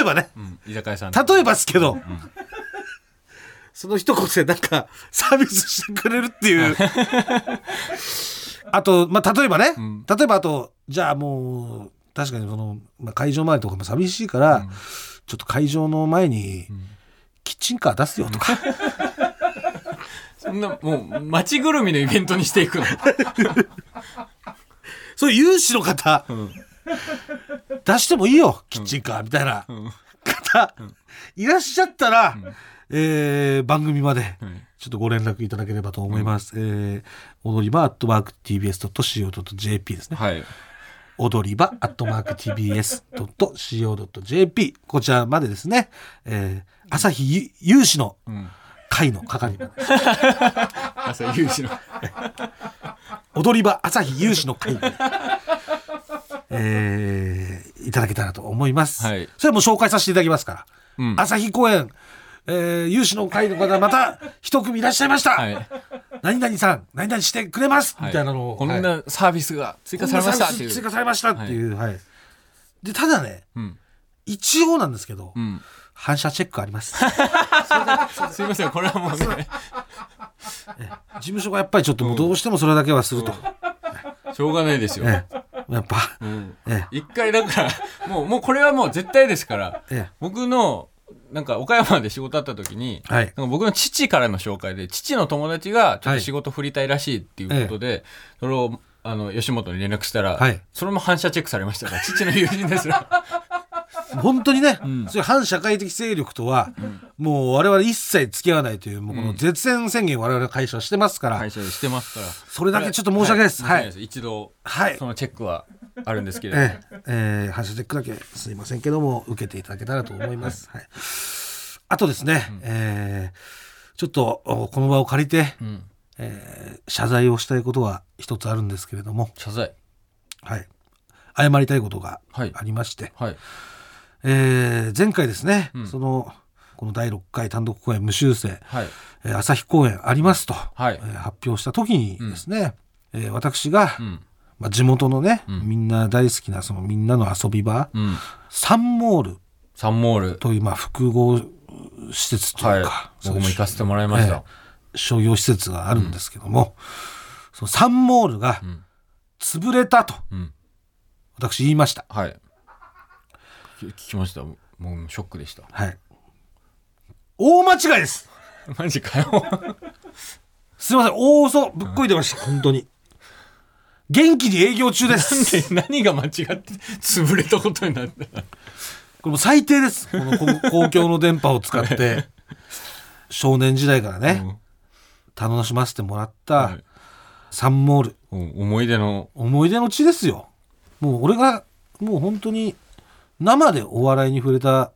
えばね
うん居酒屋さん
例えばですけど、その一言でなんか サービスしてくれるっていう あと、まあ、例えばね、
ん
例えばあとじゃあもう確かにその、まあ、会場前とかも寂しいから、ちょっと会場の前にキッチンカー出すよとか、
そんな、もう、街ぐるみのイベントにし ていくの。
そういう有志の方、出してもいいよキッチンカーみたいな方、いらっしゃったら、えー番組までちょっとご連絡いただければと思います、えー踊り場アットマーク TBS.CO.JP ですね
はい
踊り場アットマーク TBS.CO.JP こちらまでですね、えー朝日有志の会の係まで
朝夕日の。
踊り場朝日有志の会で、えーいただけたらと思います、
はい
それはもう紹介させていただきますから、
ん
朝日公演、えー有志の会の方また一組いらっしゃいました、
はい
何々さん何々してくれます、みたいなのを
こん
はい
なサービスが追加されましたってい
追
う
加。されましたっていう、はいでただね、
ん
一応なんですけど、
ん
反射チェックあります
すいません、これはもうね、
事務所がやっぱりちょっともうどうしてもそれだけはすると、
しょうがないですよ。
ええやっぱ、え
一回だから、 もう、もうこれはもう絶対ですから
ええ、
僕の、なんか岡山で仕事あった時に、
はい
なんか僕の父からの紹介で、父の友達がちょっと仕事振りたいらしいっていうことで、それを、あの、吉本に連絡したら、
はい
それも反射チェックされましたから、父の友人で すら。
本当にね、そういう反社会的勢力とは、もう我々一切付き合わないというもうこの絶縁宣言を我々の会社はしてますから、
反射してますから。
それだけちょっと申し訳ないです
は
はいい
一度、
はい
そのチェックはあるんですけれども、
ええええ反射チェックだけすいませんけども受けていただけたらと思います、はいあとですね、えーちょっとおこの場を借りて、えー謝罪をしたいことが一つあるんですけれども、
謝罪
はい、謝りたいことが
は
あ
い
りまして、
はい
えー前回ですね、そのこの第6回単独公演無修正、
はい
えー朝日公演ありますと、
はい
えー発表した時にですね、えー私が、
ん
まあ、地元のね、みんな大好きなそのみんなの遊び場、
うん
サンモール
サンモール
というまあ複合施設と
は
いう
い
か、そういう
僕も行かせてもらいました、
ええ商業施設があるんですけども、そのサンモールが潰れたと、
ん
私言いました。
はいき聞きましたもうもうショックでした
はい。大間違いです
マジかよ
すいません、大嘘、ぶっこいてました、本当に。元気に営業中です。
何が間違って潰れたことになっ
こ
た
れもう最低です。こ の公公共の電波を使って、少年時代からね、楽しませてもらった
い
サンモール、
思い出の
思い出の地ですよ。もう俺が、もう本当に生でお笑いに触れた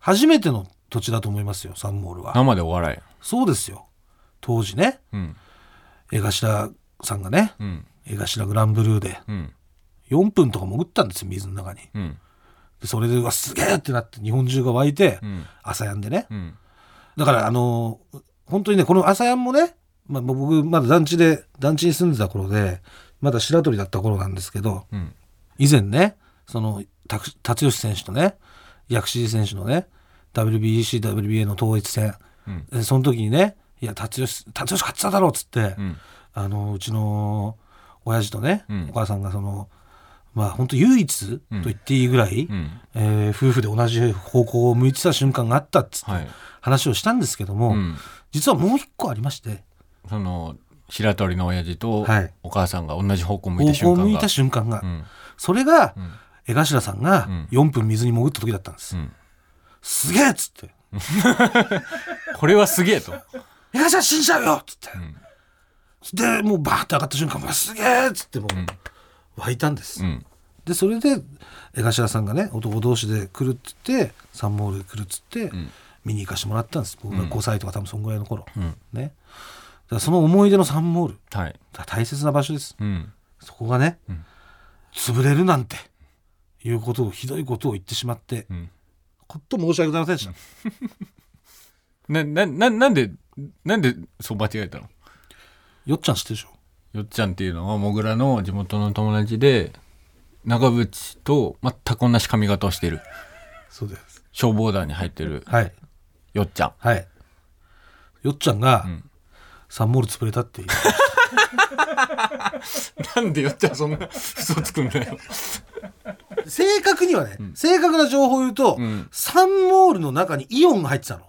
初めての土地だと思いますよ、サンモールは。
生でお笑い
そうですよ。当時ね、
うん
江頭さんがね、
うん
江頭グランブルーで
うん
4分とか潜ったんですよ、水の中に。
うん
でそれで、うわ、すげえってなって、日本中が湧いて、
ん
朝やんでね。
うん
だから、あのー本当にね、この朝やんもね、まあ、僕、まだ団地で、団地に住んでた頃で、まだ白鳥だった頃なんですけど、
ん
以前ね、その、たく辰吉選手とね、薬師寺選手のね、WBC、WBA の統一戦、でその時にね、いや、辰吉、辰吉勝ってただろうっつって、あのーうちの親父とね、
ん
お母さんがその、まあ本当唯一と言っていいぐらい、
ん
えー夫婦で同じ方向を向いてた瞬間があったっつって
はい
話をしたんですけども、
ん
実はもう一個ありまして
その白鳥の親父と
はい
お母さんが同じ方向向い
方
た瞬
向を
間が、
向いた瞬間が、それが、江頭さんが4分水に潜った時だったんです、
ん
すげえっつって
これはすげえと
「江頭死んじゃうよ!」っつって、でもうバーって上がった瞬間うわ「すげえ!」っつってもう湧いたんです、
ん
でそれで江頭さんがね男同士で来るっつってサンモール来るっつって、見に行かしてもらったんです僕が5歳とか多分そんぐらいの頃、ねだからその思い出のサンモール
はい
大切な場所です
うん
そこがね、潰れるなんていうことをひどいことを言ってしまって、
ん
こと申し訳ございませんでした、
ななななんでなんでそう間違えたの
よっちゃん知ってるでしょ
よっちゃんっていうのはもぐらの地元の友達で長渕と全く同じ髪型をしている
そうです
消防団に入ってる
はい
よっちゃん
はいよっちゃんが、サンモール潰れた っていう
なんでよっちゃんそ んな嘘つくんだよ
正確にはね、正確な情報を言うと、サンモールの中にイオンが入ってたの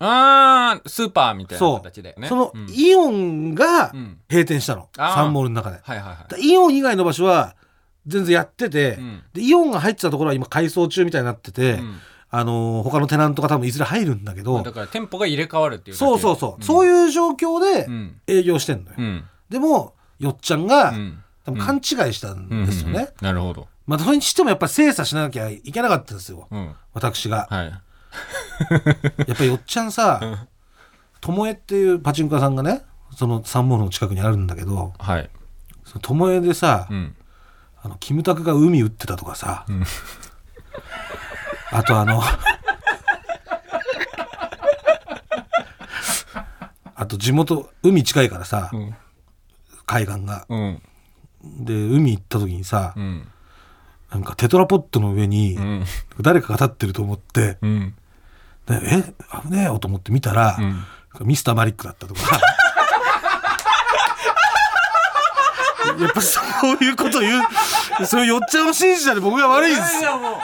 あースーパーみたいな
そう
形だよね
その
うん
イオンが
ん
閉店したの、
あー
サンモールの中で、
はいはいはい
だイオン以外の場所は全然やってて、
ん
でイオンが入ってたところは今改装中みたいになってて、
ん
あのー他のテナントが多分いずれ入るんだけど
だから店舗が入れ替わるっていうだけ
そうそうそう、そういう状況で
ん
営業してんのよ、
うん
でもよっちゃんが、
ん
多分勘違いしたんですよね、
うんうんなるほど
まあそれにしてもやっぱり精査しなきゃいけなかったんですよ、
うん
私が、
はい
やっぱりよっちゃんさともえっていうパチンコ屋さんがねそのサンモールの近くにあるんだけど
はい
そのともえでさ、
うん
あのキムタクが海打ってたとかさ、あとあ のあと地元海近いからさ、
ん
海岸が
うん
で海行った時にさ、
うん
なんかテトラポットの上に
ん
誰かが立ってると思って、
うん
でえ危ねえよと思って見たら、ミスターマリックだったとかやっぱそういうこと言うそれよっちゃんを信じたら僕が悪いです
やもう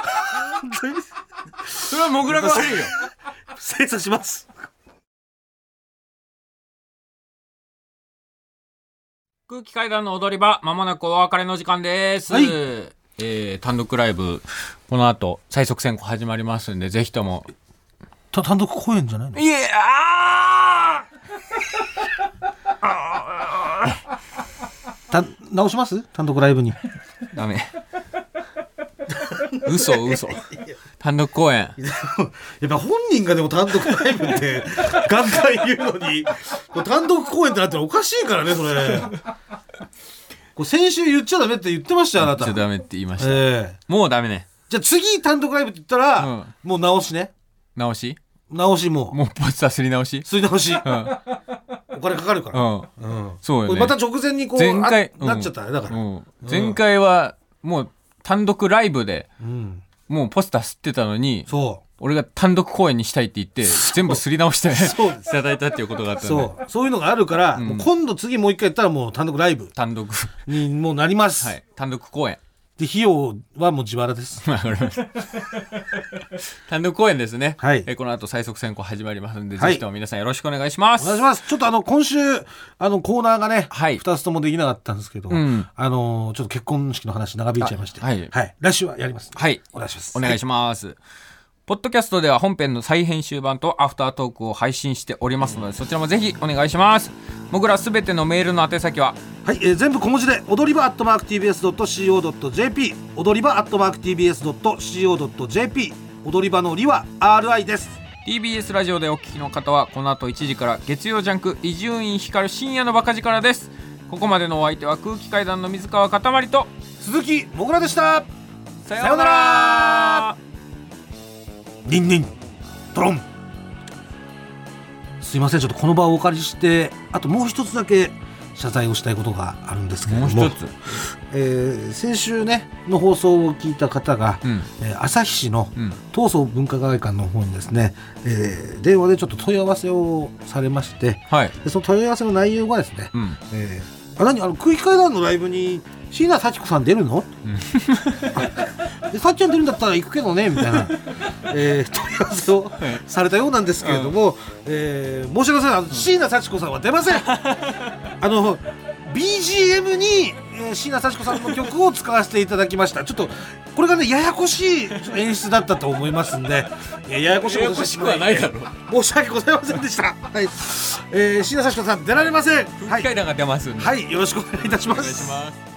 それはもぐらが悪いよ
精査します
空気階段の踊り場、まもなくお別れの時間です。
はい
えー単独ライブ、この後、最速選考始まりますんで、ぜひとも。
た単独公演じゃないの
いやあ
た直します単独ライブに
ダメ。嘘、嘘。単独公演。
やっぱ本人がでも単独ライブってガンガン言うのにこれ単独公演ってなってるのおかしいからねそれこれ先週言っちゃダメって言ってましたよあな
ちょ
た
っとダメって言いました。
ええ
もうダメね。
じゃあ次単独ライブって言ったら、
うん
もう直しね
直し
直しもう
もうポスターすり直し
吸い直し、
ん
お金かかるか
う
ら、
ん。
うん
そうよ
こ
ね。
れまた直前にこう
前回
あなっちゃったねだから、
うん前回はもう単独ライブで
うん
もうポスター吸ってたのに
そ
俺が単独公演にしたいって言って全部すり直して
そうで
いただいたっていうことがあっ
う
た
ん
で
そうそういうのがあるから、もう今度次もう一回やったらもう単独ライブ
単独
にもうなります、
はい単独公演
で費用はもう自腹です
わかりました 単独公演ですね、
はい
えこの後最速選考始まりますんで、
はい
ぜひとも皆さんよろしくお願いします
お願いしますちょっとあの今週あのコーナーがね、
は
二
い
2つともできなかったんですけど、
ん
あのちょっと結婚式の話長引いちゃいまして
あはい
来週はやりますんで
はい
お願いします
お願いします。ポッドキャストでは本編の再編集版とアフタートークを配信しておりますのでそちらもぜひお願いします。僕らすべてのメールの宛先は
はい、えー全部小文字で踊り場アットマーク TBS.CO.JP 踊り場アットマーク TBS.CO.JP 踊り場のりは RI です
TBS ラジオでお聞きの方はこの後1時から月曜ジャンク伊集院光深夜のバカ力です。ここまでのお相手は空気階段の水川かたまりと
鈴木もぐらでした
さ
ようならニンニントロンすいませんちょっとこの場をお借りしてあともう一つだけ謝罪をしたいことがあるんですけれど
もう
も
一つ、
えー先週ねの放送を聞いた方が、
うん
えー朝日市の
うん
東総文化会館の方にですね、えー電話でちょっと問い合わせをされまして
はい、
でその問い合わせの内容がですね、
うん、
えーあ何あの空気階段のライブに椎名幸子さん出るの、あでさっちゃん出るんだったら行くけどねみたいな、えー問い合わせをされたようなんですけれども、えー申し訳ございませんあの椎名幸子さんは出ま せんあの BGM に、えー椎名幸子さんの曲を使わせていただきましたちょっとこれがねややこしいちょっと演出だったと思いますんでいやややこしいことしてしまい
だ
申
ろ。
し訳ございませんでした、はいえー、椎名幸子さん出られません、はい
空気階段が出ますんで、
はい、よろしくお願いいたします。
お願いします。